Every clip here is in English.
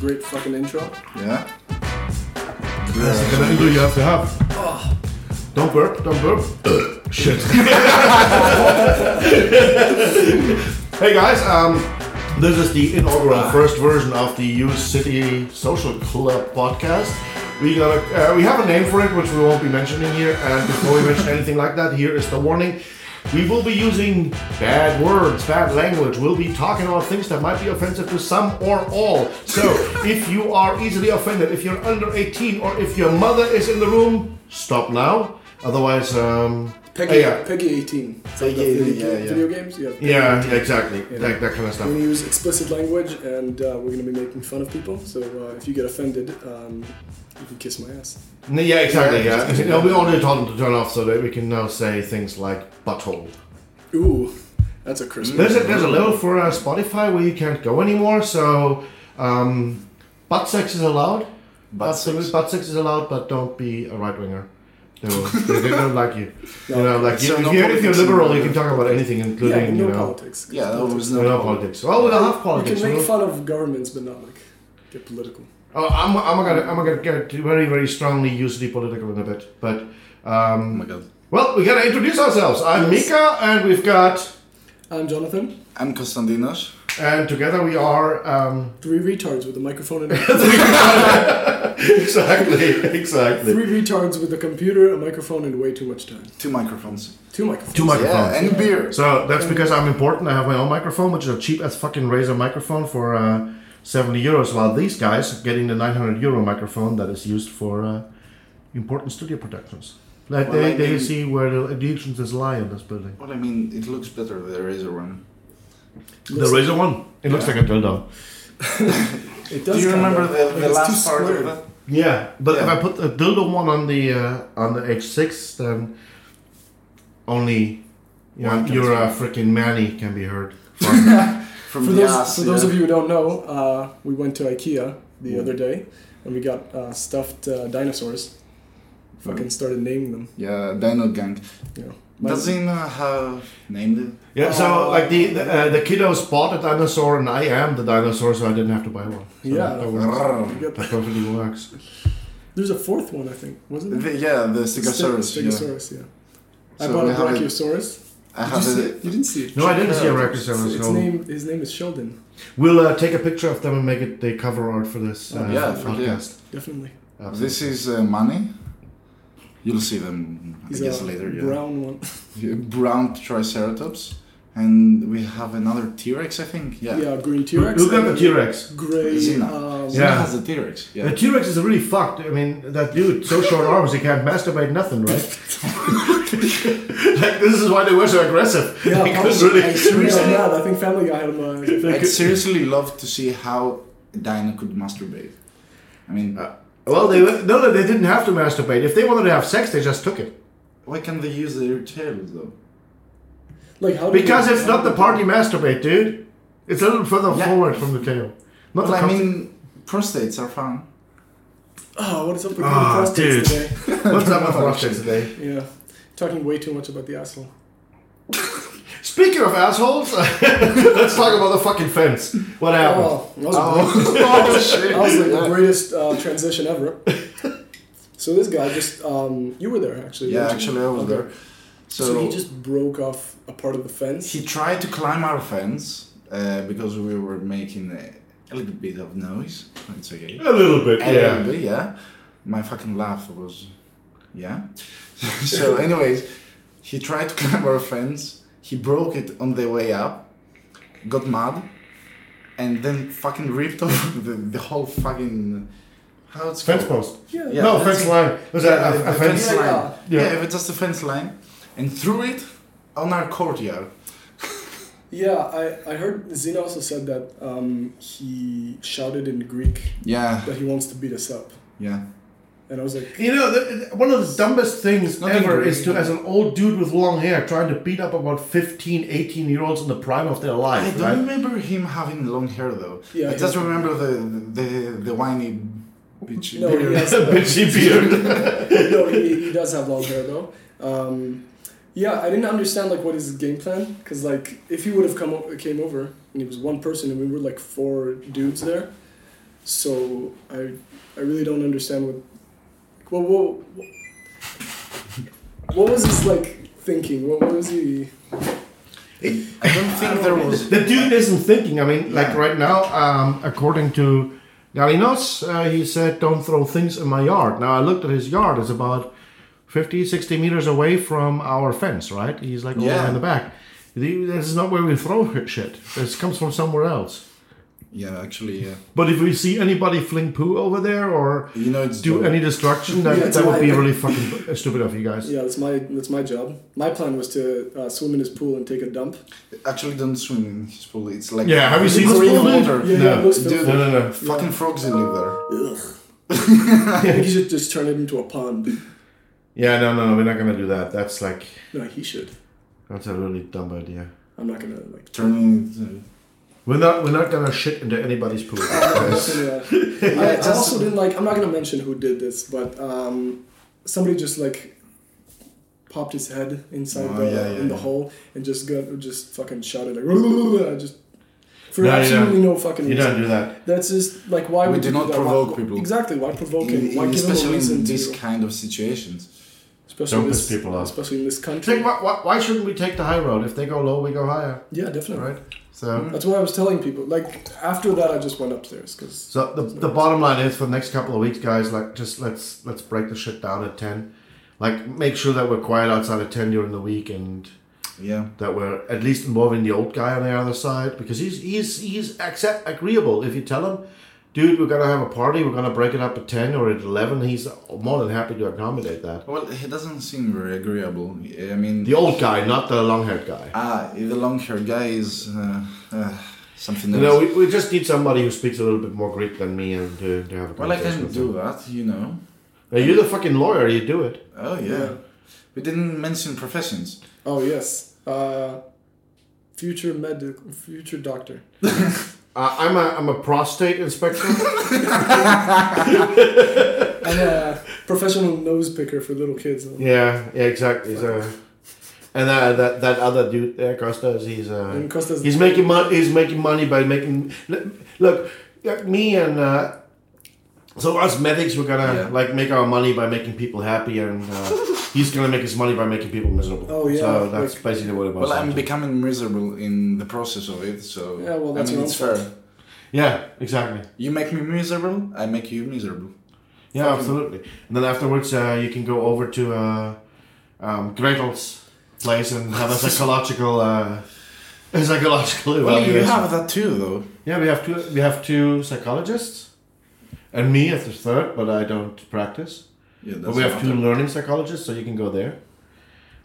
great fucking intro. Yeah. That's the kind of anger you have to have. Don't burp, don't burp. Shit. hey guys, um, this is the inaugural first version of the U City Social Club podcast. We got a, uh, we have a name for it, which we won't be mentioning here. And before we mention anything like that, here is the warning. We will be using bad words, bad language. We'll be talking about things that might be offensive to some or all. So, if you are easily offended, if you're under 18, or if your mother is in the room, stop now. Otherwise, um, Peggy, hey, yeah, Peggy 18. Is that Peggy the video, 18, yeah, game- yeah. video games? Yeah. Peggy yeah, 18. exactly, That, that kind of We're stuff. going to use explicit language and uh, we're going to be making fun of people. So uh, if you get offended, um, you can kiss my ass. No, Yeah, exactly. Yeah, Yeah, just- No, we already told them to turn off so that we can now say things like butthole. Ooh, that's a Christmas. There's a, there's a level for uh, Spotify where you can't go anymore, so um, butt sex is allowed. Butt Absolute sex. butt sex is allowed, but don't be a right winger. They, will- they, they don't like you. You know, like So if, no if you're, if you're politics liberal, in- you can talk about anything, yeah, including no you know, politics. 'cause Yeah, that politics- was no, no. politics. Well, we don't have politics. You can we make don't- fun of governments, but not like get political. Oh, I'm, I'm gonna I'm gonna get very very strongly used to be political in a bit, but Oh um, my god. well, we gotta introduce ourselves. I'm Yes. Mika, and we've got I'm Jonathan. I'm Konstantinos. and together we are. Um, Three retards with a microphone and a, exactly, exactly. three retards with a computer, a microphone, and way too much time. Two microphones. Two microphones. Two microphones. Yeah, and beer. So that's because I'm important. I have my own microphone, which is a cheap as fucking razor microphone for uh, 70 euros, while these guys are getting the 900 euro microphone that is used for uh, important studio productions. Like Well, they, I they mean- see where the allegiances lie in this building. What I mean, it looks better with a razor one. The razor one. It looks Yeah. like a dildo. It Do does you kinda, remember the, like, the it's last too part square. of it? Yeah, but if Yeah. I put the dildo one on the uh, on the H6, then only you know, One can your speak. uh, freaking Manny can be heard. From For the those, ass, for those yeah. of you who don't know, uh, we went to IKEA the Yeah. other day and we got uh, stuffed uh, dinosaurs. Fucking started naming them. Yeah, Dino Gang. You know. Does he know how named it? Yeah, so Oh. Uh, like the the, uh, the kiddos bought a dinosaur and I am the dinosaur, so I didn't have to buy one. So Yeah. that, that, works. Grrr. You got- that perfectly works. There's a fourth one, I think, wasn't there? The- yeah, the Stegosaurus. Ste- Yeah. Stegosaurus, yeah. I So bought we a have it- Brachiosaurus. I Did you, have see it. it? you didn't see it. No, I didn't see a It's- Raccosaurus. its No. name, his name is Sheldon, We'll uh, take a picture of them and make it the cover art for this Oh, uh, yeah, fuck yeah. podcast. definitely. Absolutely. This is uh, money. You'll see them, I He's guess, a later. Yeah. brown one. Yeah, brown Triceratops, and we have another T Rex, I think. Yeah. Yeah, green T Look- Rex. Look at the T Rex. Gray. Xena. Um, Xena Yeah. Oh, has a T Rex. Yeah. The T Rex is really fucked. I mean, that dude, so short arms, he can't masturbate nothing, right? like, this is why they were so aggressive. Yeah, They couldn't probably- really- I seriously, yeah, I think Family Guy had him. Uh, as a I'd favorite. seriously love to see how a dino could masturbate. I mean, Uh, Well, they were- no, no, they didn't have to masturbate. If they wanted to have sex, they just took it. why can't they use their tails though? like how do Because you- it's not the party masturbate, dude. It's a little further Yeah. forward from the tail. Not Well, the I cock- mean, prostates are fun. Oh, what is up with Ah, the prostates dude. today? What's up with prostates today? Yeah, talking way too much about the asshole. Speaking of assholes, let's talk about the fucking fence. What happened? Oh, that was, oh a shit! great, that was like the greatest uh, transition ever. So this guy just, um, you were there actually. Yeah, weren't you? actually, I was Okay. there. So, he just broke off a part of the fence. He tried to climb our fence uh, because we were making a, a little bit of noise. It's okay. A little bit, A yeah. little bit, yeah. My fucking laugh was, yeah. so, anyways, he tried to climb our fence. He broke it on the way up, got mad, and then fucking ripped off the, the whole fucking how it's Fence called? post. yeah, yeah. no, that's- fence line. There's a- Yeah, a, the- a the fence fence line. line. Yeah. Yeah. it was just a fence line, and threw it on our courtyard. Yeah, I, I heard Zina also said that um, he shouted in Greek Yeah, that he wants to beat us up, yeah. and I was like, You know, the, one of the dumbest things Not ever angry. is to, as an old dude with long hair, trying to beat up about 15, 18 year olds in the prime of their I life, don't right? remember him having long hair though. Yeah, I he- just remember the the the whiny bitch. No, he has- Bitchy beard. no, he, he does have long hair though. Um, yeah, I didn't understand like what his game plan because like if he would have come o- came over and he was one person and we were like four dudes there, So I, I really don't understand what, well, what, what, what was his like thinking? What, what was he? I don't think there was. The dude isn't thinking. I mean, like Yeah. right now, um, according to Galinos, uh, he said, don't throw things in my yard. Now, I looked at his yard. It's about 50, 60 meters away from our fence, right? He's like over Yeah. in the back. The- This is not where we throw shit. This comes from somewhere else. Yeah, actually, yeah. But if we see anybody fling poo over there or You know, it's do dope. any destruction, that, Yeah, it's that would be like- really fucking uh, stupid of you guys. Yeah, that's my that's my job. My plan was to uh, swim in his pool and take a dump. actually don't swim in his pool. It's like Yeah, have you seen this Korean pool, dude? water. Yeah, No. yeah, it looks Dude. filthy. No, no, no. Fucking frogs live there. Ugh. I think you should just turn it into a pond. Yeah, no, no, no. We're not going to do that. That's like, No, he should. that's a really dumb idea. I'm not gonna like. Turning. Into, We're not we're not gonna shit into anybody's pool. I'm not gonna- I, I also didn't like. I'm not gonna mention who did this, but um, somebody just like popped his head inside Oh, the yeah, yeah, in the yeah. hole and just got just fucking shouted like. I just for No, you absolutely no fucking you reason. don't do that. That's just like why We would do you not that? Why- provoke people. Exactly. Why provoke in- him? in- Why give him a especially reason in to? these kind of situations. Especially Don't in piss this, people off. Especially in this country. Take, why, why, why shouldn't we take the high road? If they go low, we go higher, Yeah, definitely. right? So That's what I was telling people. Like after that, I just went upstairs because so the, the bottom line is for the next couple of weeks, guys, like just let's let's break the shit down at ten. Like make sure that we're quiet outside of ten during the week and Yeah. that we're at least involving the old guy on the other side because he's he's he's accept agreeable if you tell him. Dude, we're gonna have a party. We're gonna break it up at ten or at eleven. He's more than happy to accommodate that. Well, he doesn't seem very agreeable. I mean, The old guy, not the long-haired guy. ah, the long-haired guy is uh, uh, something else. You know, we, we just need somebody who speaks a little bit more Greek than me and to, to have a well, I conversation. can with do them. that, you know. Now, you're the fucking lawyer. You do it. Oh yeah. Yeah. We didn't mention professions. oh yes, uh, future medic, future doctor. Uh, I'm a I'm a prostate inspector. I'm a professional nose picker for little kids. yeah, yeah, exactly. He's a, and uh, that that other dude there, Costas, he's uh, And Costa's he's making money. He's making money by making look, look yeah, me and. Uh, so us medics, we're gonna Yeah. like make our money by making people happy, and uh, he's gonna make his money by making people miserable. Oh, yeah, So that's like- basically what it was. Well, I'm becoming miserable in the process of it, so Yeah, well, that's I mean, your it's own fair. yeah, exactly. You make me miserable, I make you miserable. Yeah, Fucking- absolutely. And then afterwards, uh, you can go over to uh, um, Gretel's place and have a psychological, uh, a psychological Well, you evaluation. have that too, though. yeah, we have two. We have two psychologists, and me as the third, but I don't practice. Yeah, but we have not two a- learning psychologists, so you can go there.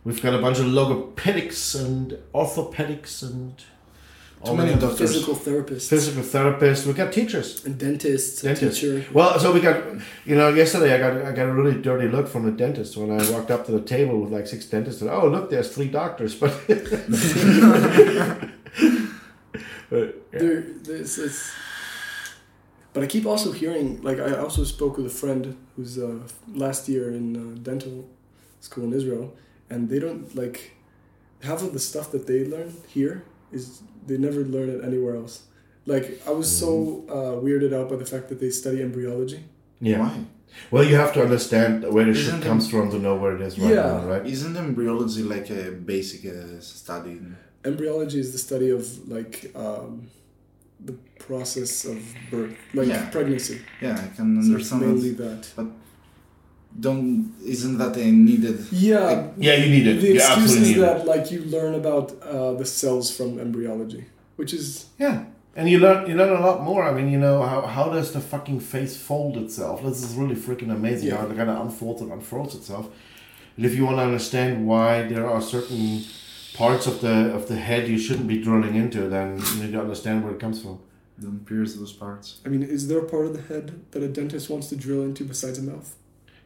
We've got a bunch of logopedics and orthopedics and all Too many the doctors. physical therapists physical therapists. We've got teachers. and dentists, and Dentist. teacher. Well, so we got, you know, yesterday I got I got a really dirty look from the dentist when I walked up to the table with like six dentists and oh look, there's three doctors, but There, there's, it's, but I keep also hearing, like, I also spoke with a friend who's uh, last year in uh, dental school in Israel, and they don't, like, half of the stuff that they learn here is they never learn it anywhere else. Like, I was so uh, weirded out by the fact that they study embryology. yeah. Why? Well, you have to understand where the shit Isn't it- comes from to know where it is right Yeah. now, right? Isn't embryology like a basic uh, study? in- Embryology is the study of, like, um, the process of birth, like Yeah. pregnancy. Yeah, I can So it's understand mainly that. that. Don't isn't that a needed? Yeah, Yeah, you need it. The You excuse absolutely is need it. that like you learn about uh, the cells from embryology, which is Yeah. And you learn you learn a lot more. I mean, you know, how, how does the fucking face fold itself? This is really freaking amazing Yeah. how it kind of unfolds and unfurls itself. And if you want to understand why there are certain parts of the of the head you shouldn't be drilling into, then you need to understand where it comes from. Don't pierce those parts. I mean, is there a part of the head that a dentist wants to drill into besides a mouth?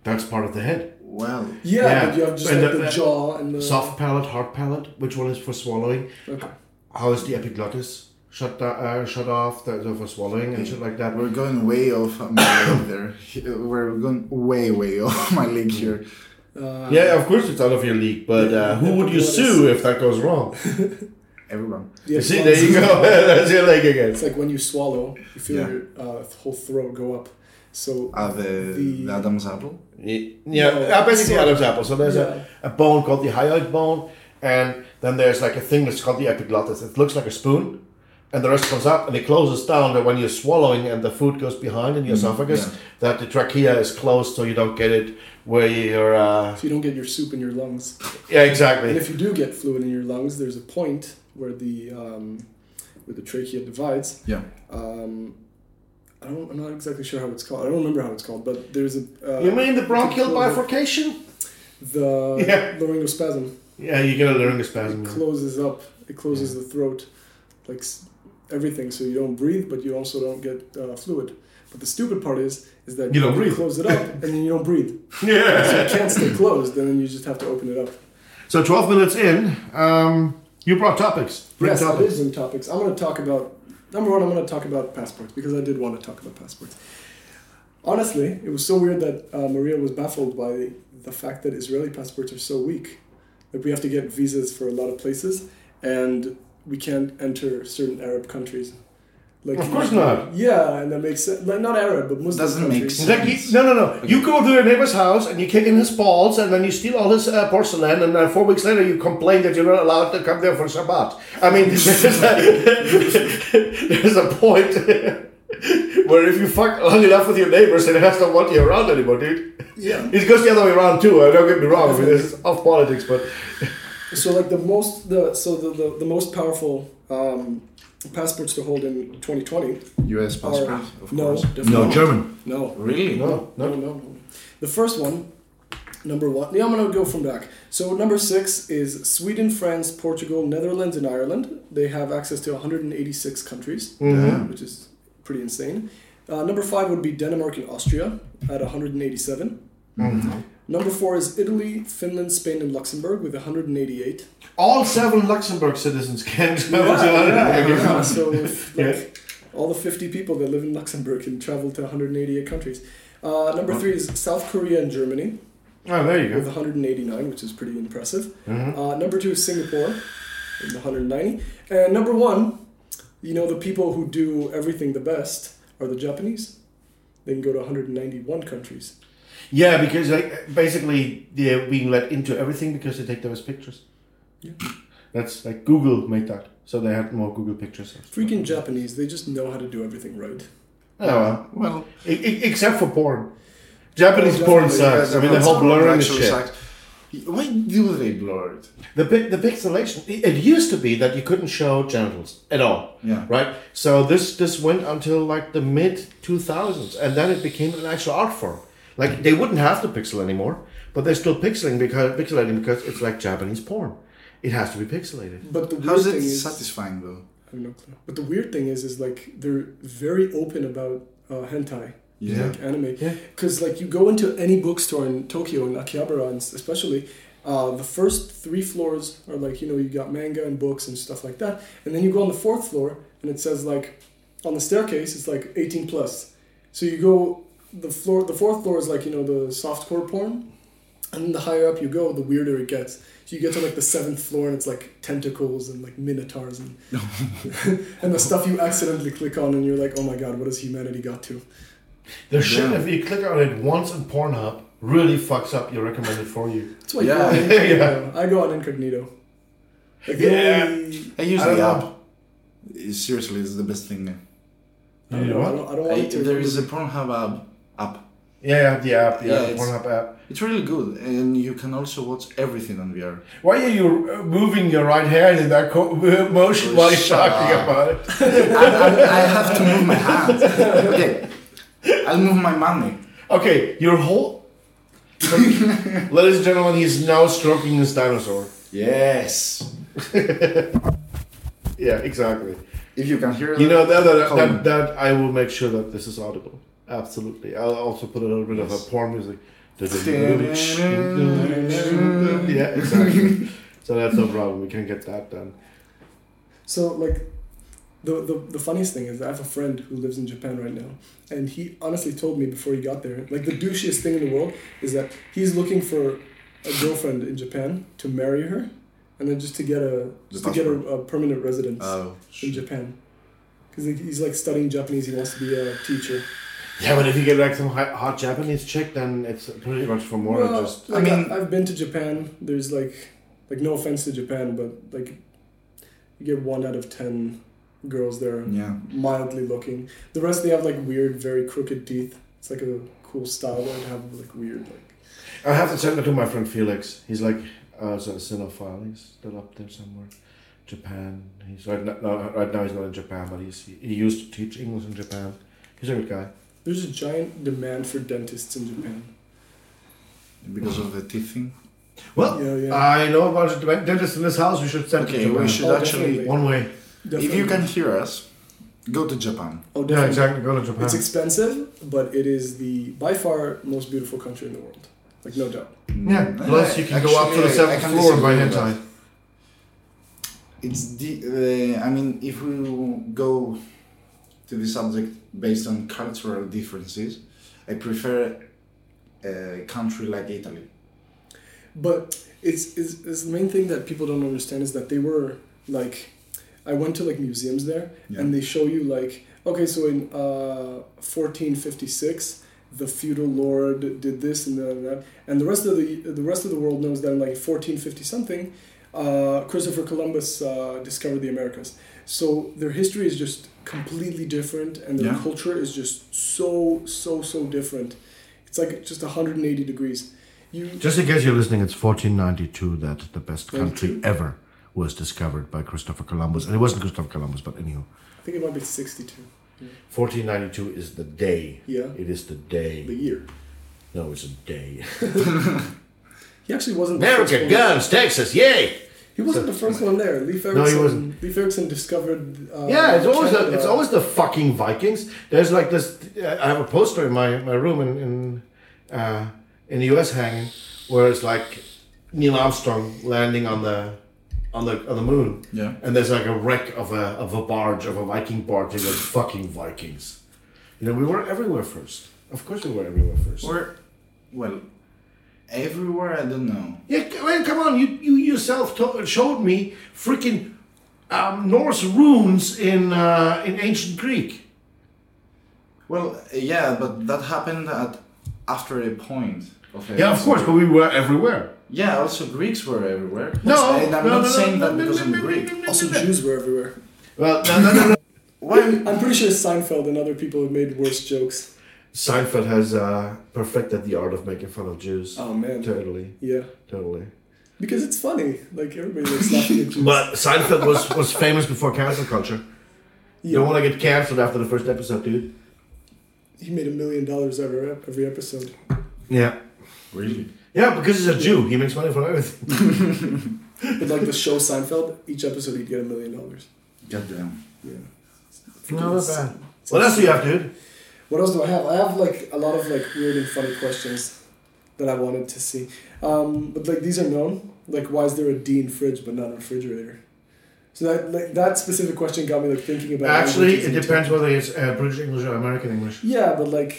That's part of the head. Well, Yeah, Yeah. but you have just And like the- the, jaw and the Soft palate, hard palate. Which one is for swallowing? Okay. How is the epiglottis shut da- uh, shut off? That's for swallowing Mm. and shit like that. we're going way off my league there. We're going way, way off my league here. Uh, Yeah, of course it's out of your league, but uh, who would you sue if that goes wrong? everyone. Yeah, See, well, there you go. That's your leg again. It's like when you swallow, you feel Yeah. your uh, whole throat go up. So Are the, The- the Adam's apple? Y- No, Yeah, uh, basically so- Adam's apple. So there's Yeah. a, a bone called the hyoid bone, and then there's like a thing that's called the epiglottis. It looks like a spoon, and the rest comes up and it closes down. That when you're swallowing and the food goes behind in your Mm-hmm. esophagus, yeah. that the trachea is closed so you don't get it where you're. Uh, if you don't get your soup in your lungs, yeah, and exactly. if you do get fluid in your lungs, there's a point where the um, where the trachea divides, Yeah. um, I don't, I'm not exactly sure how it's called. I don't remember how it's called, but there's a. Uh, You mean the bronchial Control. bifurcation? the Yeah. laryngospasm? Yeah, you get a It laryngospasm. yeah. closes up. It closes the throat, like s- everything. So you don't breathe, but you also don't get uh, fluid. But the stupid part is, is that You don't breathe. Close it up, and then you don't breathe. Yeah. So it can't stay closed, and then you just have to open it up. So 12 minutes in, um, you brought topics. Bring yes, topics. it is in topics. I'm going to talk about number one. I'm going to talk about passports because I did want to talk about passports. Honestly, it was so weird that uh, Maria was baffled by the fact that Israeli passports are so weak. Like we have to get visas for a lot of places, and we can't enter certain Arab countries. Like Of course not. Yeah, and that makes sense. Like not Arab, but Muslim Doesn't make countries. sense. It's like you- no, no, no. You go to your neighbor's house and you kick in his balls, and then you steal all his uh, porcelain, and then four weeks later you complain that you're not allowed to come there for Shabbat. I mean, there's a, there's a point where if you fuck long enough with your neighbors, then it has to want you around anymore, dude. Yeah. It goes the other way around too. uh, Don't get me wrong. I mean, this is off politics, but So like the most the so the the, the most powerful um, passports to hold in 2020 US passport, are of no course. definitely not. German. no Really? no, No, no. no, no. The first one, number one. Yeah, I'm gonna go from back. So number six is Sweden, France, Portugal, Netherlands, and Ireland. They have access to 186 countries, Yeah. which is pretty insane. Uh, number five would be Denmark and Austria at 187. Number four is Italy, Finland, Spain, and Luxembourg with 188. All seven Luxembourg citizens can travel to Yeah, Ireland. yeah, so if, Yeah. like all the 50 people that live in Luxembourg can travel to 188 countries. Uh, number three is South Korea and Germany. Oh, there you with go. 189, which is pretty impressive. Mhm. Uh, number two is Singapore with 190. And number one, you know, the people who do everything the best are the Japanese. They can go to 191 countries. Yeah, because like basically they're being let into everything because they take those pictures. Yeah. That's like Google made that, so they had more Google pictures. Freaking Japanese, they just know how to do everything right. Oh, well. Well, E- e- except for porn. Japanese Oh, porn definitely, sucks. I mean, the whole blurring is shit. Sucks. Why do they blur it? The pi- the pixelation. It, it used to be that you couldn't show genitals at all. Yeah. Right. So this this went until like the mid two thousands, and then it became an actual art form. Like they wouldn't have to pixel anymore, but they're still pixeling because pixelating because it's like Japanese porn. It has to be pixelated. But the weird How is thing it is, satisfying though? I have no clue. But the weird thing is, is like they're very open about uh, hentai. Yeah. like anime. Yeah. Because like you go into any bookstore in Tokyo and Akihabara, and s- especially, uh, the first three floors are like you know you got manga and books and stuff like that, and then you go on the fourth floor and it says like, on the staircase it's like eighteen plus, so you go the floor the fourth floor is like you know the softcore porn, and then the higher up you go the weirder it gets. So you get to like the seventh floor and it's like tentacles and like minotaurs and and the stuff you accidentally click on and you're like oh my god what has humanity got to. The shit Yeah. if you click on it once in Pornhub really fucks up your recommended for you. That's why Yeah. you go on incognito. I go on incognito. Like, the Yeah. only- I use I don't the app. know. It's- Seriously, it's the best thing. Oh, I don't You know. I what? don't, I don't want I, it to. there is a Pornhub app. app. Yeah, yeah, the app, the Yeah, app, it's- Pornhub app. It's really good, and you can also watch everything on VR. Why are you uh, moving your right hand in that co- motion while you're Oh, Shut talking up. about it? I, I- I have to move my hands. Okay, I'll move my money. Okay, your whole. Ladies and gentlemen, he's now stroking this dinosaur. Yes. Yeah, exactly. If you can hear You know that that, Call that, me. that I will make sure that this is audible. Absolutely. I'll also put a little bit of a porn music. yeah, exactly. So that's no problem. We can get that done. So, like, the, the, the funniest thing is, I have a friend who lives in Japan right now, and he honestly told me before he got there, like, the douchiest thing in the world is that he's looking for a girlfriend in Japan to marry her, and then just to get a just to get a, a permanent residence Oh, in sh- Japan, because he's like studying Japanese. He wants to be a teacher. Yeah, but if you get like some hot, hot Japanese chick, then it's pretty much for more than well, just. like, I I mean- have been to Japan. There's like, like no offense to Japan, but like, you get one out of ten girls there yeah. mildly looking. The rest they have like weird, very crooked teeth. It's like a cool style that have like weird like. I have to send it to my friend Felix. He's like uh, so cinephile. He's still up there somewhere, Japan. He's right now. No, right now he's not in Japan, but he's he used to teach English in Japan. He's a good guy. There's a giant demand for dentists in Japan. Because of the teeth thing. Well, Yeah, yeah. Uh, I know a bunch of Japan- dentists in this house. We should send Okay, it to we Japan. should Oh, actually. definitely. One way. If you can hear us, go to Japan. oh, Yeah, definitely. exactly. Go to Japan. It's expensive, but it is the by far most beautiful country in the world. Like no doubt. yeah. Mm, Plus, you can go up to the actually, I- I seventh can floor and buy disagree with that. hentai. It's the. Uh, I mean, if we go to the subject based on cultural differences, I prefer a country like Italy. But it's, it's, it's the main thing that people don't understand is that they were like, I went to like museums there, Yeah. and they show you like, okay, so in uh, 1456, the feudal lord did this and that, and that, and the rest of the the rest of the world knows that in like 1450 something, uh, Christopher Columbus uh, discovered the Americas. So their history is just completely different, and their Yeah. culture is just so so so different. It's like just 180 degrees. You Just in case you're listening, it's 1492 that the best country 92? ever was discovered by Christopher Columbus. And it wasn't Christopher Columbus, but anyhow. I think it might be 62. 1492 is the day. Yeah. It is the day. The year. No, it's a day. He actually wasn't the America, first one. guns, Texas, yay! He wasn't the first one there. Leif Erikson, No, he wasn't. Leif Erikson discovered. Uh, Yeah, it's always the, Canada. it's always the fucking Vikings. There's like this. I have a poster in my, my room in in, uh, in the U.S. hanging, where it's like Neil Armstrong landing on the on the on the moon. Yeah. And there's like a wreck of a of a barge of a Viking barge. It was fucking Vikings. You know, we were everywhere first. Of course, we were everywhere first. Or, well, everywhere I don't know. Yeah, c- well, come on, you, you yourself to- showed me freaking um, Norse runes in uh, in ancient Greek. Well, yeah, but that happened at after a point. Of a- Yeah, of course, but we were everywhere. Yeah, also Greeks were everywhere. No, and I'm not no, no, no, saying no, that no, because no, I'm no, no, Greek. no, no, Also, no, no. Jews were everywhere. Well, no, no, no, no. Why? I'm pretty sure Seinfeld and other people have made worse jokes. Seinfeld has uh, perfected the art of making fun of Jews. Oh, man. Totally, Yeah. totally. Because it's funny. Like, everybody likes laughing at Jews. But Seinfeld was was famous before cancel culture. You don't yeah. want to get canceled after the first episode, dude. He made a million dollars every, every episode. Yeah. Really? Yeah, because he's a Jew, he makes money from everything. But, like, the show Seinfeld, each episode he'd get a million dollars. Goddamn. Yeah. What else do you have, dude? What else do I have? I have like a lot of like weird and funny questions that I wanted to see. Um, but like these are known. Like why is there a D in fridge but not a refrigerator? So that like that specific question got me like thinking about Actually, languages it and depends whether it's uh, British English or American English. tech. Yeah, but like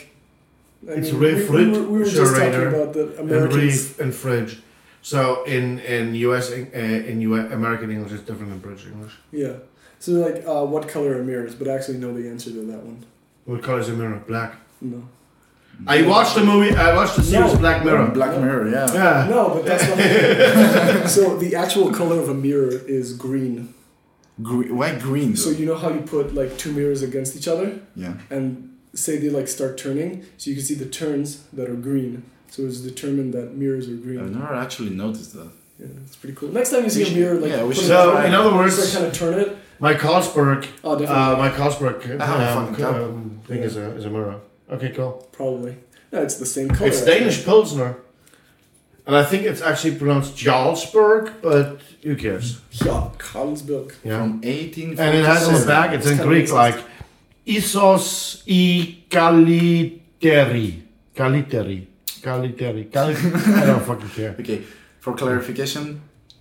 I It's mean, we, we, were, we were just talking refrigerator about the and Americans. reef and fridge. So in in US Eng- uh, in US American English is different than British English. Yeah. So like uh, what color are mirrors? But I actually know the answer to that one. What color is a mirror? Black. No. I watched the movie. I watched the series No. Black Mirror. Black Mirror, yeah. Yeah. No, but that's not So the actual color of a mirror is green. Gre- why green? So you know how you put like two mirrors against each other? yeah. and say they like start turning, so you can see the turns that are green. So it's determined that mirrors are I've green. never actually noticed that. Yeah, it's pretty cool. Next time you see Uh, We a mirror, should- like yeah, we put should it So down, in other just words, like kind of turn it. my Carlsberg, Oh, definitely, uh, my Carlsberg I have a um, fucking cup. um, thing is a is a mirror. Okay, uh, cool. probably. No, it's the same color. It's Danish Pilsner, and I think it's actually pronounced Jarlsberg, but who cares? Yeah, Carlsberg. Yeah. From 18. And it has on the back, it's in It's kinda Greek, racist. like Isos e Kaliteri. Kaliteri. Kaliteri. Kaliteri. I don't fucking care. Okay, for clarification,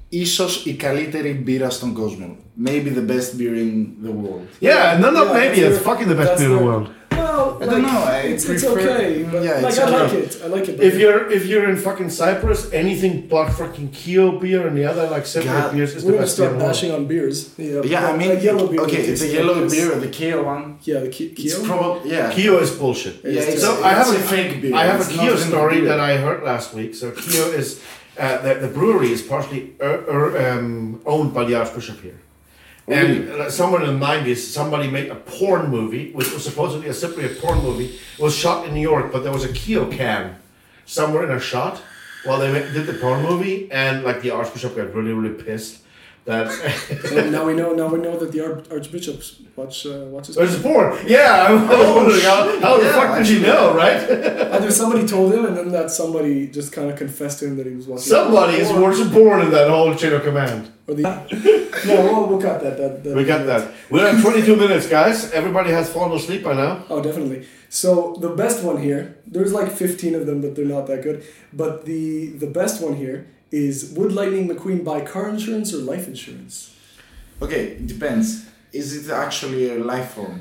ίσως η καλύτερη μπύρα στον κόσμο. Maybe the best beer in the world. Yeah, no, no, Yeah, maybe that's it's their- fucking the best that's beer in the their- world. Well, I don't know. I It's, it's prefer- okay, but yeah, like it's I okay. like it. I like it. but- If you're if you're in fucking Cyprus, anything but fucking Keo beer and the other like separate God, beers is we're the gonna best beer. in start the world. bashing on beers. Yeah, Yeah, I like mean, yellow beer. okay, it's the yellow beer, the Kiel one. Yeah, the Ki- It's Kiel? probably yeah. Keo is bullshit. Yeah, it's so just- I have it's a a fake beer. I have a It's Keo not even story beer. that I heard last week. So Keo is uh, the, the brewery is partially uh, uh, um, owned by the Archbishop here. And uh, somewhere in the nineties, somebody made a porn movie, which was supposedly a Cypriot porn movie. It was shot in New York, but there was a Keo can somewhere in a shot while they ma- did the porn movie, and like the Archbishop got really, really pissed that And now we know. Now we know that the Arch- archbishops watch uh, watches. there's porn. Yeah, I was wondering how, how the Oh, yeah, fuck did you know, right? Either somebody told him, and then that somebody just kind of confessed to him that he was watching. Somebody is worse born in that whole chain of command. Or the, no, we'll, we'll cut that. that, that We got that. We're at 22 minutes, guys. Everybody has fallen asleep by now. Oh, definitely. So the best one here, there's like 15 of them, but they're not that good. But the the best one here is Would Lightning McQueen buy car insurance or life insurance? Okay, it depends. Is it actually a life form,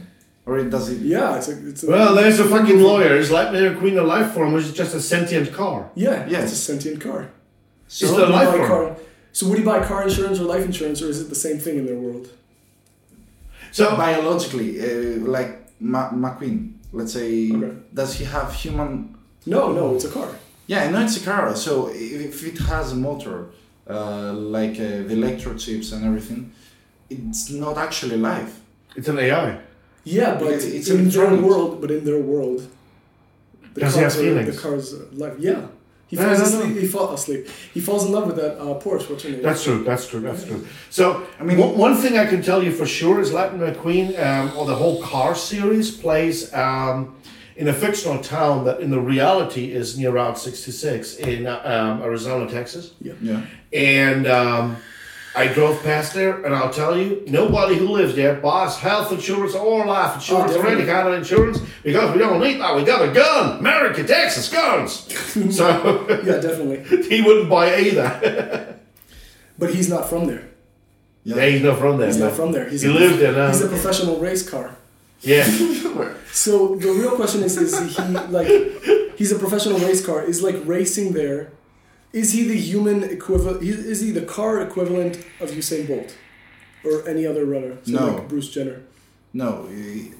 or it does it? Yeah, it's a, it's a Well, there's a fucking lawyer. It's like the Queen of Life form, which is just a sentient car. yeah, yes. it's a sentient car. It's So the would he life buy form. car- so would he buy car insurance or life insurance, or is it the same thing in their world? So, Biologically, uh, like Ma- McQueen, let's say, Okay. does he have human? No, no, it's a car. Yeah, I know it's a car. So if it has a motor, uh, like uh, the electrochips and everything, it's not actually life. it's an AI. Yeah, but It's- it's in their electronic. world, but in their world, the Does he cars have are- feelings? the cars are like yeah. He No, falls no, no. asleep. He falls asleep. He falls in love with that uh, Porsche. What's her name? That's true. That's true. That's true. So, I I mean, mean- one, one thing I can tell you for sure is Lightning McQueen um, or the whole car series plays um, in a fictional town that, in the reality, is near Route 66 in uh, um, Arizona, Texas. Yeah. And um, I drove past there, and I'll tell you, nobody who lives there buys health insurance or life insurance Oh, or any definitely. kind of insurance because we don't need that. We got a gun. America, Texas, guns. so yeah, definitely. he wouldn't buy either. But he's not from there. yeah, he's not from there. He's man. not from there. He's he a, lived there now. He's a professional race car. yeah. So the real question is: Is he like? He's a professional race car. Is like racing there? Is he the human equivalent? Is he the car equivalent of Usain Bolt, or any other runner? So No. like Bruce Jenner. No. i-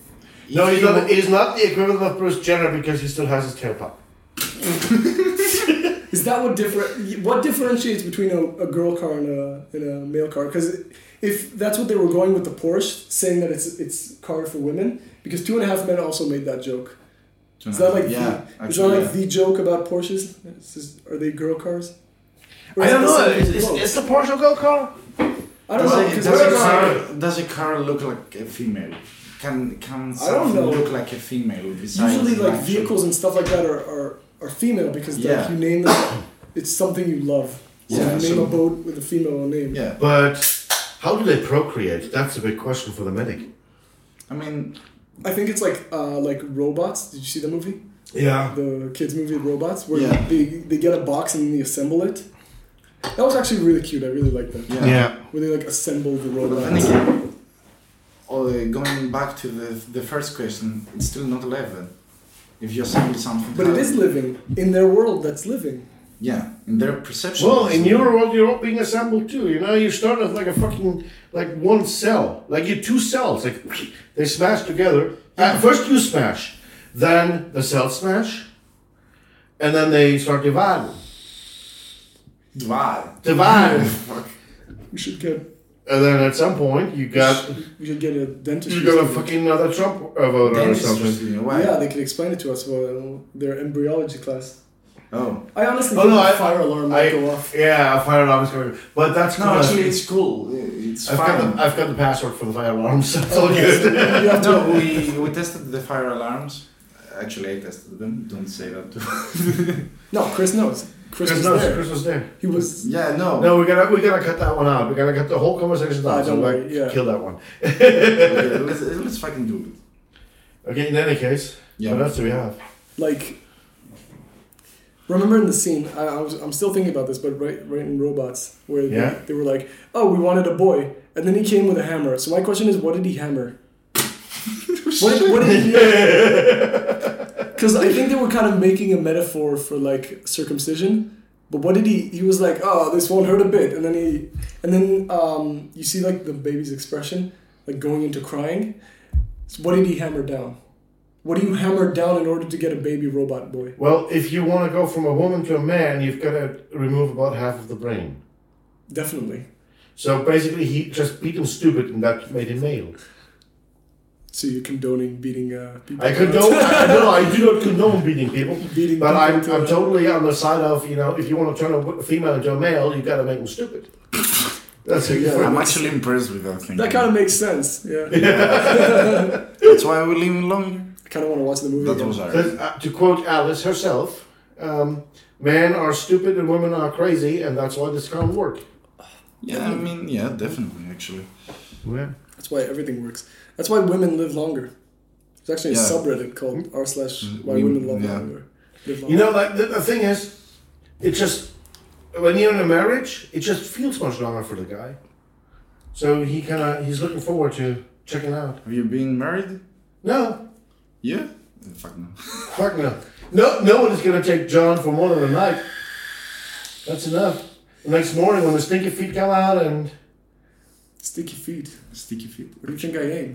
No, if he's you not, wa- he's not the equivalent of Bruce Jenner because he still has his tailpipe. Is that what different? What differentiates between a, a girl car and a and a male car? Because if that's what they were going with the Porsche, saying that it's it's car for women, because Two and a Half Men also made that joke. Is that like the, is yeah, that actually, like yeah. the joke about Porsches? It's just- are they girl cars? Or I is don't it know. something Is, is, close? is the Porsche go car? I don't Does, know. a, 'cause does, a we're not- car, does a car look like a female? Can can I don't something know. look like a female besides usually an like actual- vehicles and stuff like that are are, are female because they're- Yeah. you name them, it's something you love. So Yeah, you name so- a boat with a female name. Yeah, But how do they procreate? That's a big question for the medic. I mean, I think it's like uh, like robots. Did you see the movie? Yeah. the kids movie robots where Yeah. they, they get a box and they assemble it that was actually really cute i really liked that yeah. Yeah. where they like assemble the But robot then again, oh, uh, going back to the the first question, it's still not eleven. If you assemble something, but it is living in their world that's living Yeah, in their perception. Well, it's in living. your world, you're all being assembled too. You know, you start with like a fucking like one cell, like you two cells, like they smash together. At first, you smash, then the cells smash, and then they start dividing, Wow. dividing, Fuck. we should get and then at some point, you got we should get a dentist you or got a something. fucking another Trump uh, voter or Dentist something. you know, Why? yeah they could explain it to us well their embryology class Oh. i honestly Oh, think no, the I- fire alarm I, might go off yeah, a fire alarm is coming, but that's No, not. actually, it's cool. It's I've fine. got, the, I've got the password for the fire alarm, so Oh, it's all good. You have to- No, we, we tested the fire alarms. Actually, I tested them. Don't say that. to- no chris knows chris, Chris was knows, there Chris was there. he was yeah, no. No, we're gonna we're gonna cut that one out. We're gonna cut the whole conversation Ah, out. So don't like, worry, yeah. kill that one. Okay, let's, let's fucking do it. Okay. In any case, Yeah. what else do we have? like remember in the scene I, I was, i'm still thinking about this but right right in robots where they- Yeah. they, were like oh we wanted a boy and then he came with a hammer so my question is what did he hammer What, decision. what did Because I think they were kind of making a metaphor for like circumcision. But what did he? He was like, "Oh, this won't hurt a bit," and then he, and then um, you see like the baby's expression, like going into crying. So what did he hammer down? What do you hammer down in order to get a baby robot boy? Well, if you want to go from a woman to a man, you've got to remove about half of the brain. Definitely. So basically, he just beat him stupid, and that made him male. So you're condoning beating uh, people. I condone. I, no, I do not condone beating people. Beating But people I'm, to- I'm totally on the side of you know if you want to turn a w- female into a male, you got to make them stupid. That's it. Yeah. I'm actually impressed with that thing. That kind of makes sense. Yeah. That's why we live longer. I kind of want to watch the movie. That again. was Says, our. uh, to quote Alice herself, um, "Men are stupid and women are crazy, and that's why this can't work." Yeah, I mean, yeah, definitely, actually. Yeah. That's why everything works. That's why women live longer. There's actually a Yeah. subreddit called r slash why we- women love yeah. longer. Live You know, like the, the thing is, it just when you're in a marriage, it just feels much longer for the guy. So he kind of he's looking forward to checking out. Have you been married? No, Yeah? Fuck no. fuck no, no, no one is gonna take John for more than a night. That's enough. The next morning, when the stinky feet come out and Stinky feet. Sticky feet. What do you think I am?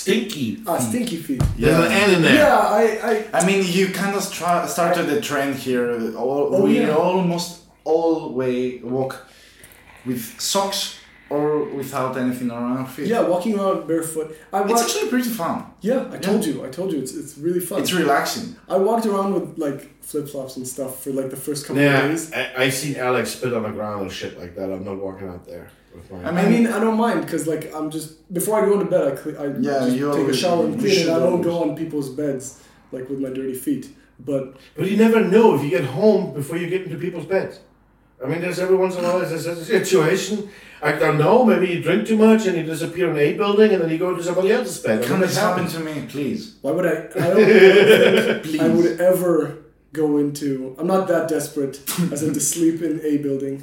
stinky, Ah, stinky feet. there's an N in there. Yeah, I, I I mean, you kind of stra- started a trend here. All, Oh, we yeah. almost always walk with socks or without anything around our feet. yeah, walking around barefoot. I It's walked. actually pretty fun. Yeah, I told you. I told you. It's it's really fun. It's relaxing. I walked around with like flip flops and stuff for like the first couple of Yeah, days. I, I seen Alex spit on the ground and shit like that. I'm not walking out there. With my I mean, I mean, I don't mind because like I'm just before I go into bed, I, cle- I Yeah, just you take a always- shower and you clean it. should I don't always. go on people's beds like with my dirty feet. But But you never know if you get home before you get into people's beds. I mean, there's every once in a while there's a situation. I don't know. Maybe you drink too much and you disappear in a building, and then you go into somebody else's bed. I Can mean, this that's happen happened. to me, please? Why would I? I don't think Please. I would ever go into. I'm not that desperate as in to sleep in a building.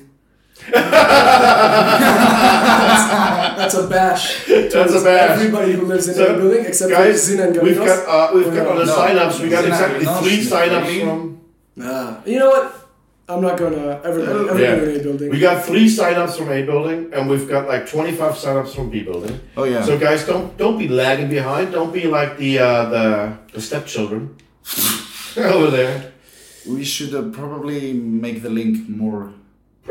that's, that's a bash. That's a bash. Everybody who lives in So, a building except Guys, for Zina and we've Garinos. got uh, we've got on the No. sign-ups. We got Zina exactly Garinos, three Zina sign-ups Garinos. from. Nah. You know what? I'm not gonna. Everybody, everybody Yeah. in a building. We got three sign-ups from A building, and we've got like 25 sign-ups from B building. Oh, yeah. So guys, don't don't be lagging behind. Don't be like the uh, the the stepchildren over there, we should uh, probably make the link more.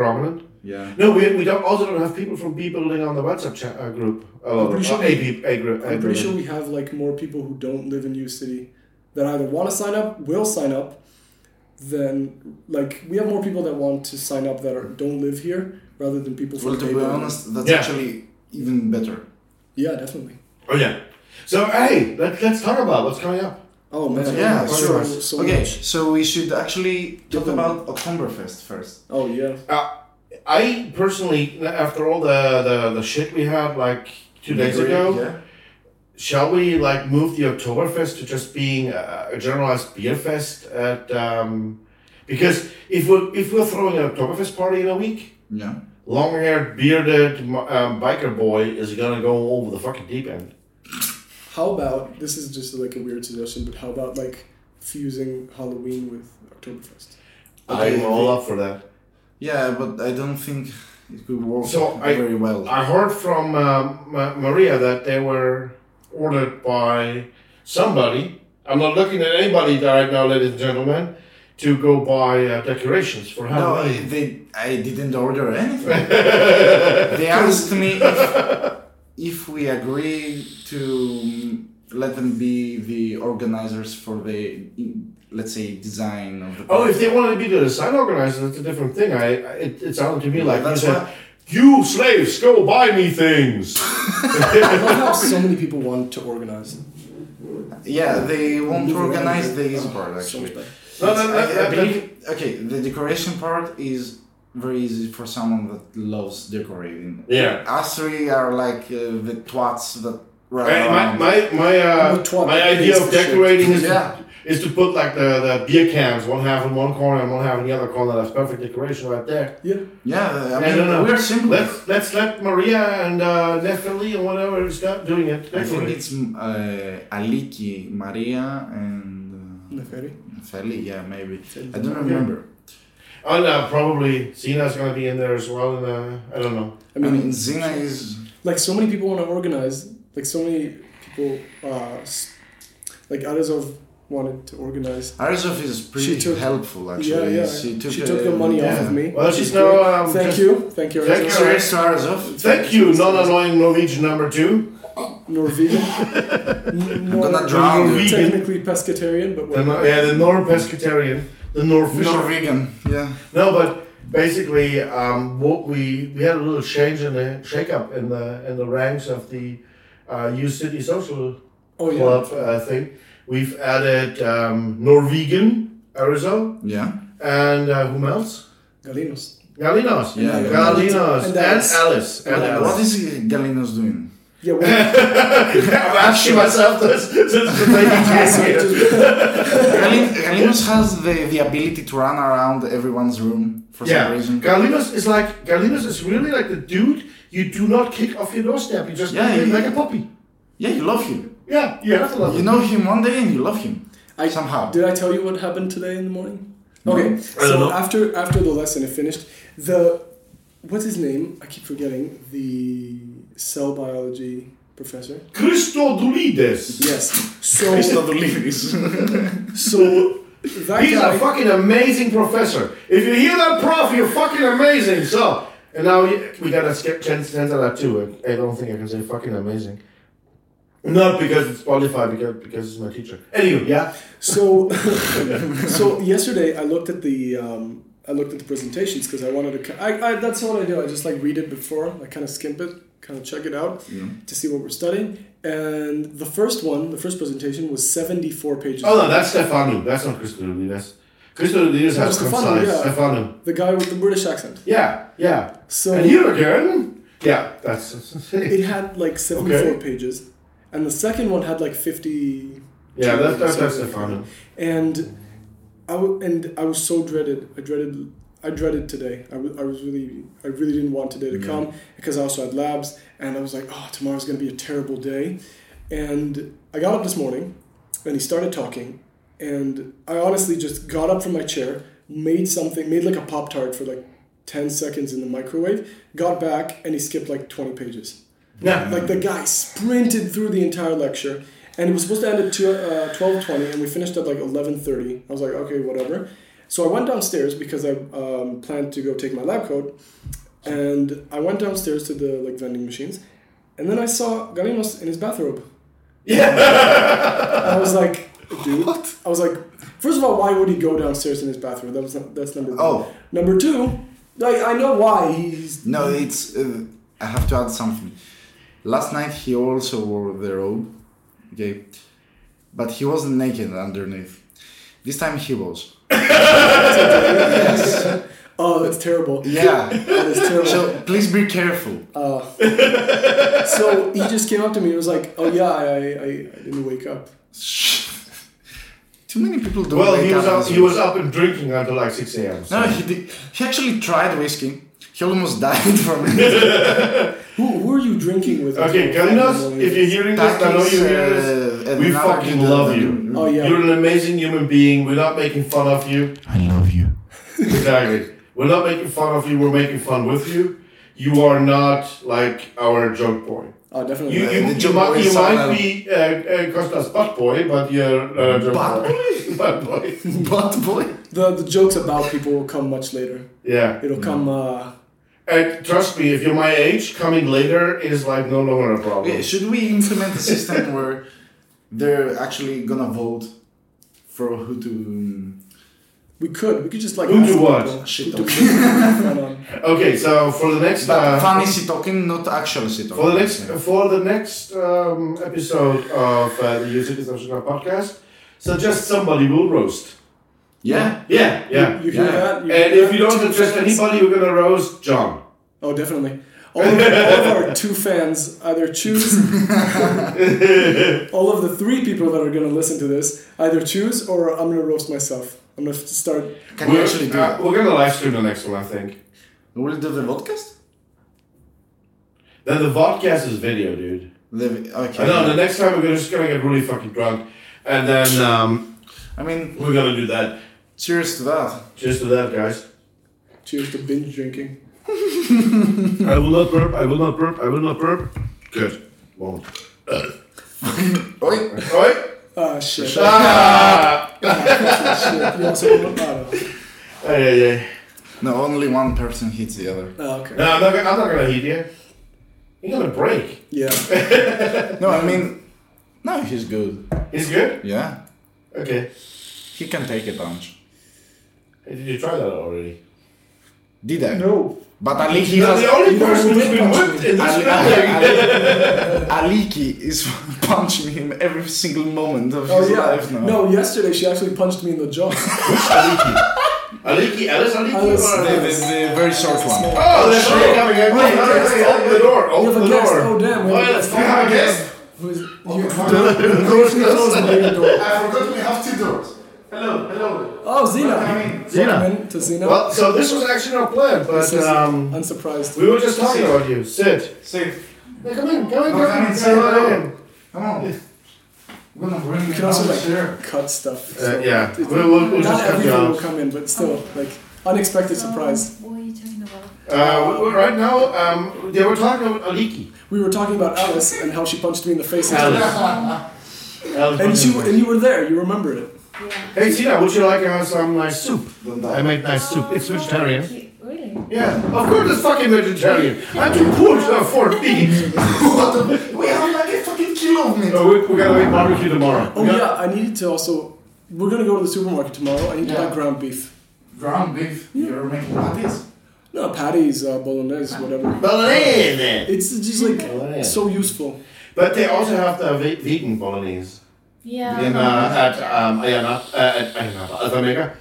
prominent. Yeah. No, we, we don't, also don't have people from B building on the WhatsApp chat, uh, group. Oh, I'm pretty sure uh, we- A, B, A group. I'm pretty sure we have like more people who don't live in New City that either want to sign up, will sign up, then like we have more people that want to sign up that are, don't live here rather than people from Well, to Cape be Town. honest, that's Yeah. actually even better. Yeah, definitely. Oh yeah. So hey, let's let's talk about what's coming up. Oh man. Yeah, so, sure. so okay, much. so we should actually talk them- about Oktoberfest first. Oh yeah. Uh, I personally, after all the, the the shit we had like two days Agree? ago, Yeah. shall we like move the Oktoberfest to just being a, a generalized beer fest at? Um, because if we're if we're throwing an Oktoberfest party in a week, Yeah. long-haired, bearded um, biker boy is gonna go over the fucking deep end. How about this is just like a weird suggestion, but how about like fusing Halloween with Oktoberfest? I'm all up for that. Yeah, but I don't think it could work So, I- very well. I heard from um, Ma- Maria that they were ordered by somebody. I'm not looking at anybody right now, ladies and gentlemen, to go buy uh, decorations for no, I, Halloween. they, I didn't order anything. they asked me if, if we agree to mm, let them be the organizers for the, mm, let's say, design of the. oh, if they party. wanted to be the design organizer, that's a different thing. I, I it, it sounded to me like you that's said, why- "You slaves, go buy me things." I love how so many people want to organize. Yeah, they won't Move around organize a the bit. easy Oh, part so actually. much better. no, no, no, I, I no, believe, okay, the decoration part is very easy for someone that loves decorating. Yeah. Us three are like uh, the twats that run Hey, my around. my my, I'm a uh, twat my that idea pays of for shit. decorating is Yeah. is to put like the, the beer cans, one half in one corner and one half in the other corner. That's perfect decoration right there. Yeah. Yeah, I Yeah, mean, no, no. we're simple. Let's let's let Maria and uh, Nefeli and whatever is got doing it. I think Nefeli. it's uh, Aliki, Maria, and uh, Neferi. Feli. Yeah, maybe. I Feli. don't remember. And uh, probably Sina's gonna be in there as well. And uh, I don't know. I I mean, mean, Zina is like so many people want to organize like so many people uh s- like Arizov wanted to organize Arizov is pretty She took- helpful actually. yeah, yeah. She took, she took the money off of me Well, which she's is now. great. Um, thank just- you thank you Thank Arizov. you. Cheers to Arizov. Thank you, non-annoying Norwegian number two. Norwegian N- I'm gonna Nor- drown you. technically pescatarian but The, whatever. no- yeah, the non-pescatarian, the Norwegian. Norwegian. Yeah. No, but basically, um, what we we had a little change in the shake-up in the in the ranks of the uh, U City Social oh yeah Club uh, thing. We've added um, Norwegian Arizona Yeah. and uh, whom else? Galinos Galinos. Yeah, yeah. Galinos and And Alice. Alice. And And Alice. What is Galinos doing? yeah well, I'm asking myself this since the baby came here. Galin- Galinos has the, the ability to run around everyone's room for Yeah, some reason. Galinos is like Galinos is really like the dude you do not kick off your doorstep. You just Yeah, leave him yeah. like a puppy. yeah, you love him. Yeah, you have to love You him. know him one day and you love him. I- Somehow. Did I tell you what happened today in the morning? Okay. I don't know. So after after the lesson it finished, the what's his name? I keep forgetting. The cell biology professor. Christodoulides. Yes. So Christodoulides. so that He's guy a fucking amazing professor. If you hear that prof, you're fucking amazing. So and now you- we got a skip chance to answer that too. I I don't think I can say fucking amazing. Not because it's Spotify, because because it's my teacher. Anyway, yeah. so so yesterday I looked at the um, I looked at the presentations because I wanted to. ki- I, I that's what I do. I just like read it before. I kind of skimp it, kind of check it out to see what we're studying. And the first one, the first presentation was seventy four pages. Oh no, that's Stefanu. That's not Christodoulides. Christodoulides has Stefanu, concise. yeah. Stefanu. The guy with the British accent. Yeah, yeah. So and here again, yeah, that's, that's It had like 74 Okay. pages, and the second one had like 50. yeah, that's that's, that's the fun. And I w- and I was so dreaded. I dreaded. I dreaded today. I, w- I was really. I really didn't want today to come because I also had labs, and I was like, oh, tomorrow's gonna be a terrible day. And I got up this morning, and he started talking, and I honestly just got up from my chair, made something, made like a pop tart for like. 10 seconds in the microwave, got back, and he skipped like 20 pages. Yeah, Like the guy sprinted through the entire lecture, and it was supposed to end at two, uh, twelve twenty, and we finished at like eleven thirty. I was like, okay, whatever. So I went downstairs because I um, planned to go take my lab coat, and I went downstairs to the like vending machines, and then I saw Galinos in his bathrobe. yeah. I was like, dude. I was like, first of all, why would he go downstairs in his bathrobe? That was not, that's number one. Oh. Number two, like I know why he's no, it's. Uh, I have to add something. Last night he also wore the robe, okay, but he wasn't naked underneath. This time he was. yes. oh that's terrible. Yeah. That is terrible. So please be careful. Uh, So he just came up to me and was like, "Oh yeah, I, I, I I didn't wake up." Too many people don't. Well, wake he was up up. He was up and drinking until like six a.m. So. No, he did. He actually tried whiskey. He almost died from it. Who, who are you drinking with? Okay, Galinos, if you're hearing this, I know you hear uh, this. We fucking love you. Oh yeah. You're an amazing human being. We're not making fun of you. I love you. Exactly. We're not making fun of you. We're making fun with you. You are not like our joke boy. oh definitely. You, Uh, you, the you joke might, boy you is might someone- be uh, uh, Costa's butt boy, but you're uh, joke Butt boy. butt boy. But boy. the the jokes about people will come much later. Yeah. It'll come. Uh, And trust me, if you're my age, coming later is like no longer a Okay, problem. should we implement a system where they're actually gonna vote for who to we could. We could just like. Who ask do what? people. Shit Who do talk. what? Hold on. Okay, so for the next But uh, funny shit talking, not actual shit talking. for the next for the next um, episode of uh, the User International podcast, suggest somebody will roast. Yeah. Yeah, yeah. You hear Yeah. that? And if you don't suggest anybody, we're gonna roast John. Oh, definitely. all of, all of our two fans either choose, all of the three people that are gonna listen to this either choose or I'm gonna roast myself. I'm gonna start. Can we actually do uh, that? We're gonna live stream the next one, I think. We'll do the podcast? Then the vodcast is video, dude. The, okay. I know. The next time we're gonna- just gonna get really fucking drunk, and then um, I mean, we're gonna do that. cheers to that. Cheers to that, guys. Cheers to binge drinking. I will not burp. I will not burp. I will not burp. Good. Won't. Oi. All right. Ah shit. Ah, shit. You also want Ah, to Hey, hey, hey. No, only one person hits the other. Ah, okay. No, I'm not, gonna- I'm not gonna hit you. You're gonna break. Yeah. No, I mean, no, he's good. It's good? Yeah, Okay. he can take a punch. Hey, Did you try that already? Did I? No. But Aliki You're has. the only you person don't who's been punch whipped in this Ali- building. Ali- Aliki is punching him every single moment of Oh his yeah. life now. No, yesterday she actually punched me in the jaw. Aliki, Alice Alice, Aliki. or- The, the, the very short one. Oh, there's somebody coming in. Hey, hey, hey, Open the door. You Open have the a guest. door. Oh damn. we have a guest. Well, we have a guest. Who is? Oh, You, close the baby door. I forgot we have two doors. Hello, hello. Oh, Zina. Zina. Welcome to Zina. Well, so this was actually not planned, This but is um, unsurprised. we were just talking about you. Sit. Sit. Hey, come in, come in, No, Oh, come come in. inside, Come no. in. Come on. We're gonna bring You can also like cut stuff. Uh, yeah. it- We'll- we'll- we'll not just cut everything you will off. come in, but still, like unexpected So, surprise. Um, What are you talking about? Uh, we- right now, um, they were talking about Aliki. We were talking about Alice and how she punched me in the face. yesterday. Alice. Alice And you Buckingham. and you were there. You remember it. Yeah. Hey Tina, would you like to have some nice soup? Don't I die. made nice soup. It's vegetarian. Cute. Really? Yeah, of course it's fucking vegetarian. I'm too poor to afford beef. What the- we have like a fucking kilo of meat. No, we, we're gonna make barbecue tomorrow. Oh yeah. I needed to also. We're gonna go to the supermarket tomorrow. I need to Yeah. buy ground beef. Ground beef. You're making patties. No patties, uh, Ah. bolognese, whatever. Bolognese. It's just like Bolognese. so useful. But they also have the ve- vegan bolognese. Yeah. In, uh, at um, Ayana, uh, at Ayana, Alpha Mega.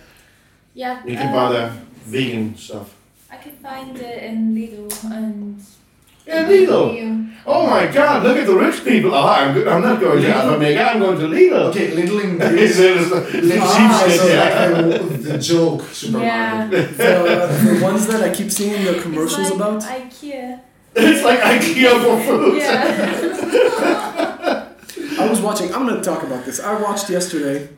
yeah. You can uh, buy the vegan stuff. I can find it in Lidl and. Yeah, Lidl. You. Oh my god, look at the rich people. Oh, I'm, good. I'm not going to Alpha Mega, I'm going to Lidl. Okay, Little in It's, Greece. it's, it's Ah, cheap so shit, yeah. like the, the joke supermarket. Yeah. The, the ones that I keep seeing in the commercials it's like about. IKEA. It's like IKEA for food. Yeah. I was watching. I'm gonna talk about this. I watched yesterday.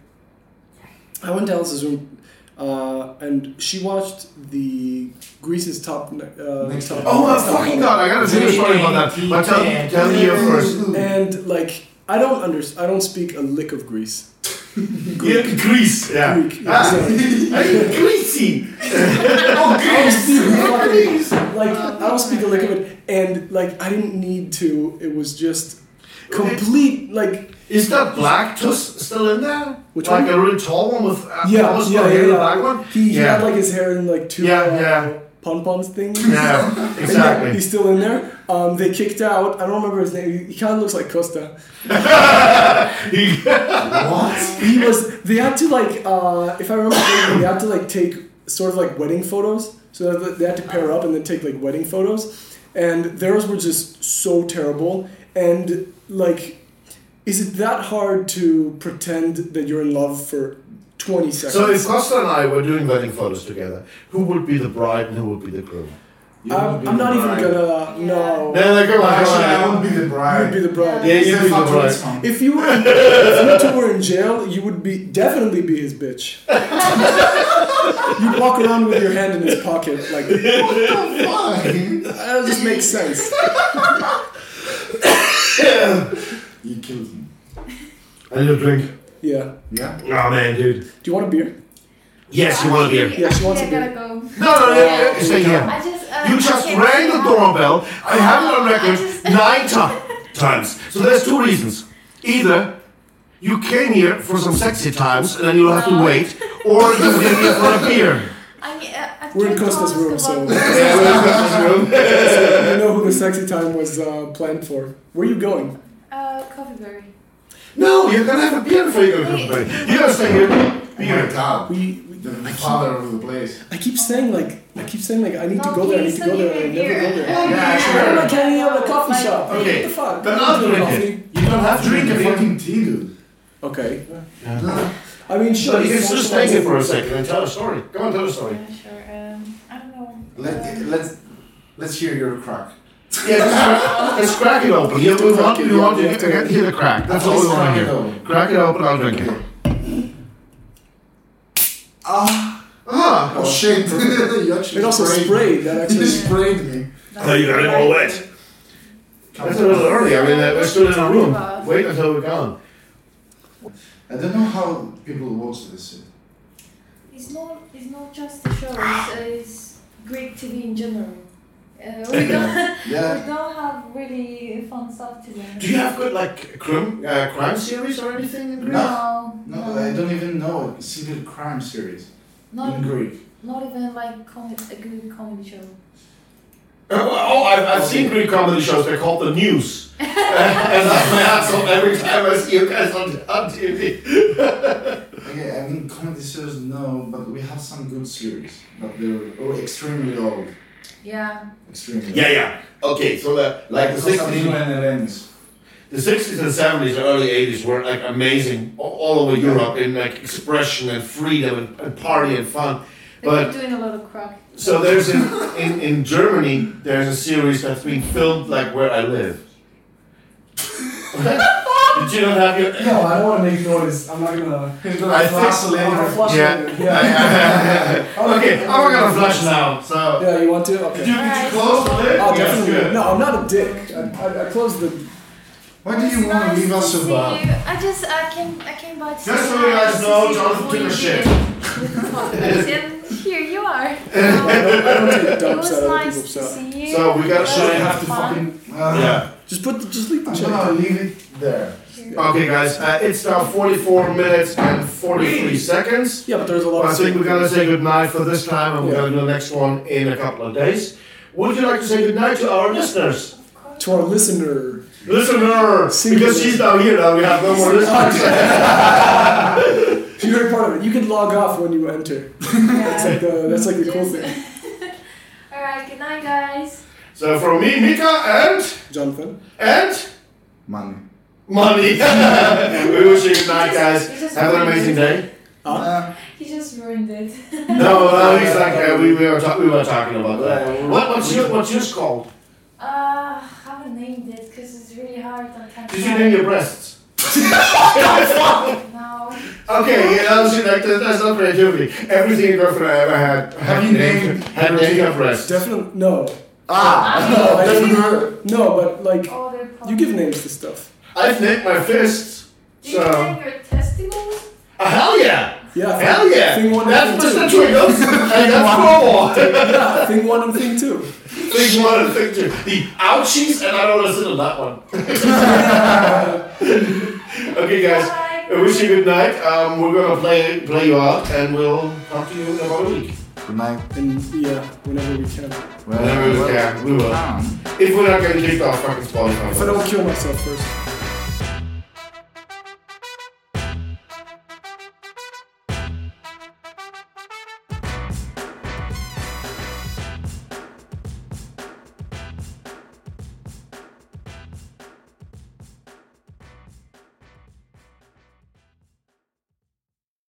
I went to Alice's room, uh, and she watched the Greece's top. ne- Uh, Next top Top. Oh my top fucking one. god, I gotta tell you a story about that. But tell, tell me your first. And like, I don't under. I don't speak a lick of Greece. Yeah, Greece, yeah. Greek. yeah, Ah. sorry. Hey, Greasy! I don't speak fucking- Greece. like Oh, I don't speak a lick of it, and like I didn't need to. It was just complete like Is that black tusk still in there? Which like one? a really tall one with uh, yeah, almost yeah, like yeah, the yeah. black one? He, he yeah. had like his hair in like two Yeah, uh, yeah. pom poms things. yeah, And yeah, exactly. He's still in there. Um, they kicked out. I don't remember his name. He- He kind of looks like Costa. He- What? He was. They had to like. Uh, if I remember, correctly, they had to like take sort of like wedding photos. So that they had to pair up and then take like wedding photos, and theirs were just so terrible. And like, is it that hard to pretend that you're in love for twenty seconds? so if Costa and I were doing wedding photos together, who would be the bride and who would be the groom? I'm, I'm not even gonna. No. No, no, come on, Actually, I come on. won't be the You'd be bride. the bride. Yeah, you'd It's be a the fucking bride. song. If you were in, if you two were in jail, you would be definitely be his bitch. You'd walk around with your hand in his pocket, like that Why? just makes sense. You killed me. I need a drink. Yeah. Yeah. Oh man, dude. Do you want a beer? Yes, you want a beer? Yeah, she wants I a beer. gotta go. No, no, no, no, no, stay here. I just. Uh, You just okay, rang the yeah. doorbell. I have it on record I just- nine ti- times. So there's two reasons. Either you came here for some sexy times and then you'll have to wait, or you came here for a beer. I mean, uh, I We're in tried to Costa's ask room, about- so you know who the sexy time was uh, planned for. Where are you going? Uh, coffee berry. No, you're gonna have a beer before you go to the party. You're gonna stay here. Oh my Beer. god. We, we The father of the place. I keep saying like I keep saying like I need to No, go there. I need to please go there. don't I even never go here. there. Yeah, Why sure. am I getting out of a coffee Like- shop? Like, Okay, What the fuck? then I'm I'll not doing drink coffee. it. You don't have to drink Drink a it. fucking tea, dude. Okay. Yeah. I mean, sure. So you can it's- just take it for a second and tell a story. Go on, tell a story. Yeah, sure. Um, I don't know. Let, Um, let's, let's hear your crack. Yeah, let's crack it open. Yeah, we want, we want to get- hear the crack. That's all we Please want crack to it hear. open. Crack it open, I'll drink it. Ah, Oh shit! you actually It also sprayed. That You actually. sprayed me. that's Oh, you got it all wet. that's a little early. I mean, uh, we're still in our room. Wait until we're gone. I don't know how people watch this shit. It's not. It's not just the show. It's, uh, it's Greek TV in general. Uh, we don't. Yeah. we don't have really fun stuff to do. Do you have good like crime uh, crime series or anything in Greece? No. No, uh, I don't even know a single crime series in Not, Greek. not even like com- a good comedy show. Oh, I've, I've seen Greek comedy shows. They're called the News, and that's my asshole every time I see you guys on, on TV. Okay, I mean comedy shows no, but we have some good series, but they're all extremely old, Yeah. extremely. Yeah, old. yeah. Okay, so the, like the Constantine 60s, and Eleni's. the 60s and 70s, and early 80s were like amazing a- all over Europe in like expression and freedom and, and party and fun. They're But- doing a lot of crap. So there's in, in in Germany there's a series that's been filmed like where I live. Did you not have your No, I don't want to make noise. I'm not gonna. I flash I'm gonna later. flush Yeah. it. yeah. okay, I'm not gonna flush now. So Yeah, you want to? Okay. did you, did you close the lid? Oh, Yes, good. definitely. No, I'm not a dick. I, I, I closed the. Why do you It's want to nice leave us to so see bad? you. I just I came I came by to Just say so you hi, guys to know, see Jonathan before took a you shit. did with the podcast, and here you are. Um, I don't take it dumps out was of other nice people's to stuff. see you. So we gotta That show was you have to fun. fucking. Uh, Yeah. Just put. Just leave the I'm check. gonna leave it there. Okay, guys. Uh, it's now 44 minutes and 43 seconds. Yeah, but there's a lot I of. think we're gonna say goodnight for this time, and we're Yeah. gonna do the next one in a couple of days. Would you like to say goodnight to our listeners? To our listener. Listener, because she's down here now, we have no more listeners. You heard part of it. You can log off when you enter. That's Yeah. like the, that's like the cool Yes. thing. All right. Good night, guys. So from me, Mika, and Jonathan. and Money. money. we wish you good night, He guys. just- he just Have an ruined amazing it. day. Uh, He just ruined it. No, no, he's like uh, we, we were ta- we were talking about that. Yeah. What what's your what's yours called? Uh, I haven't named it because it's really hard. I can't. Did you name your breasts? No. Okay, yeah, that was like that, that's not creativity. Every single girlfriend I ever had had you named- had named her breasts. Definitely no. ah, I doesn't think- hurt. No, but like All the you give names to stuff. I've named my fists. Do you So name your testicles? Ah, hell yeah, Yeah. hell yeah. Thing one That's and just thing the two. two of and that's normal. Yeah, thing one and thing two. Thing one and thing two. The ouchies, and I don't want to sit on that one. okay, guys. Bye. I wish you good night. Um, we're gonna play play you out, and we'll talk to you in about a week. Good night. And yeah, whenever we can. Well, Whenever we well, can, we will. um, If we're not getting kicked off fucking Spotify. If I don't kill myself first.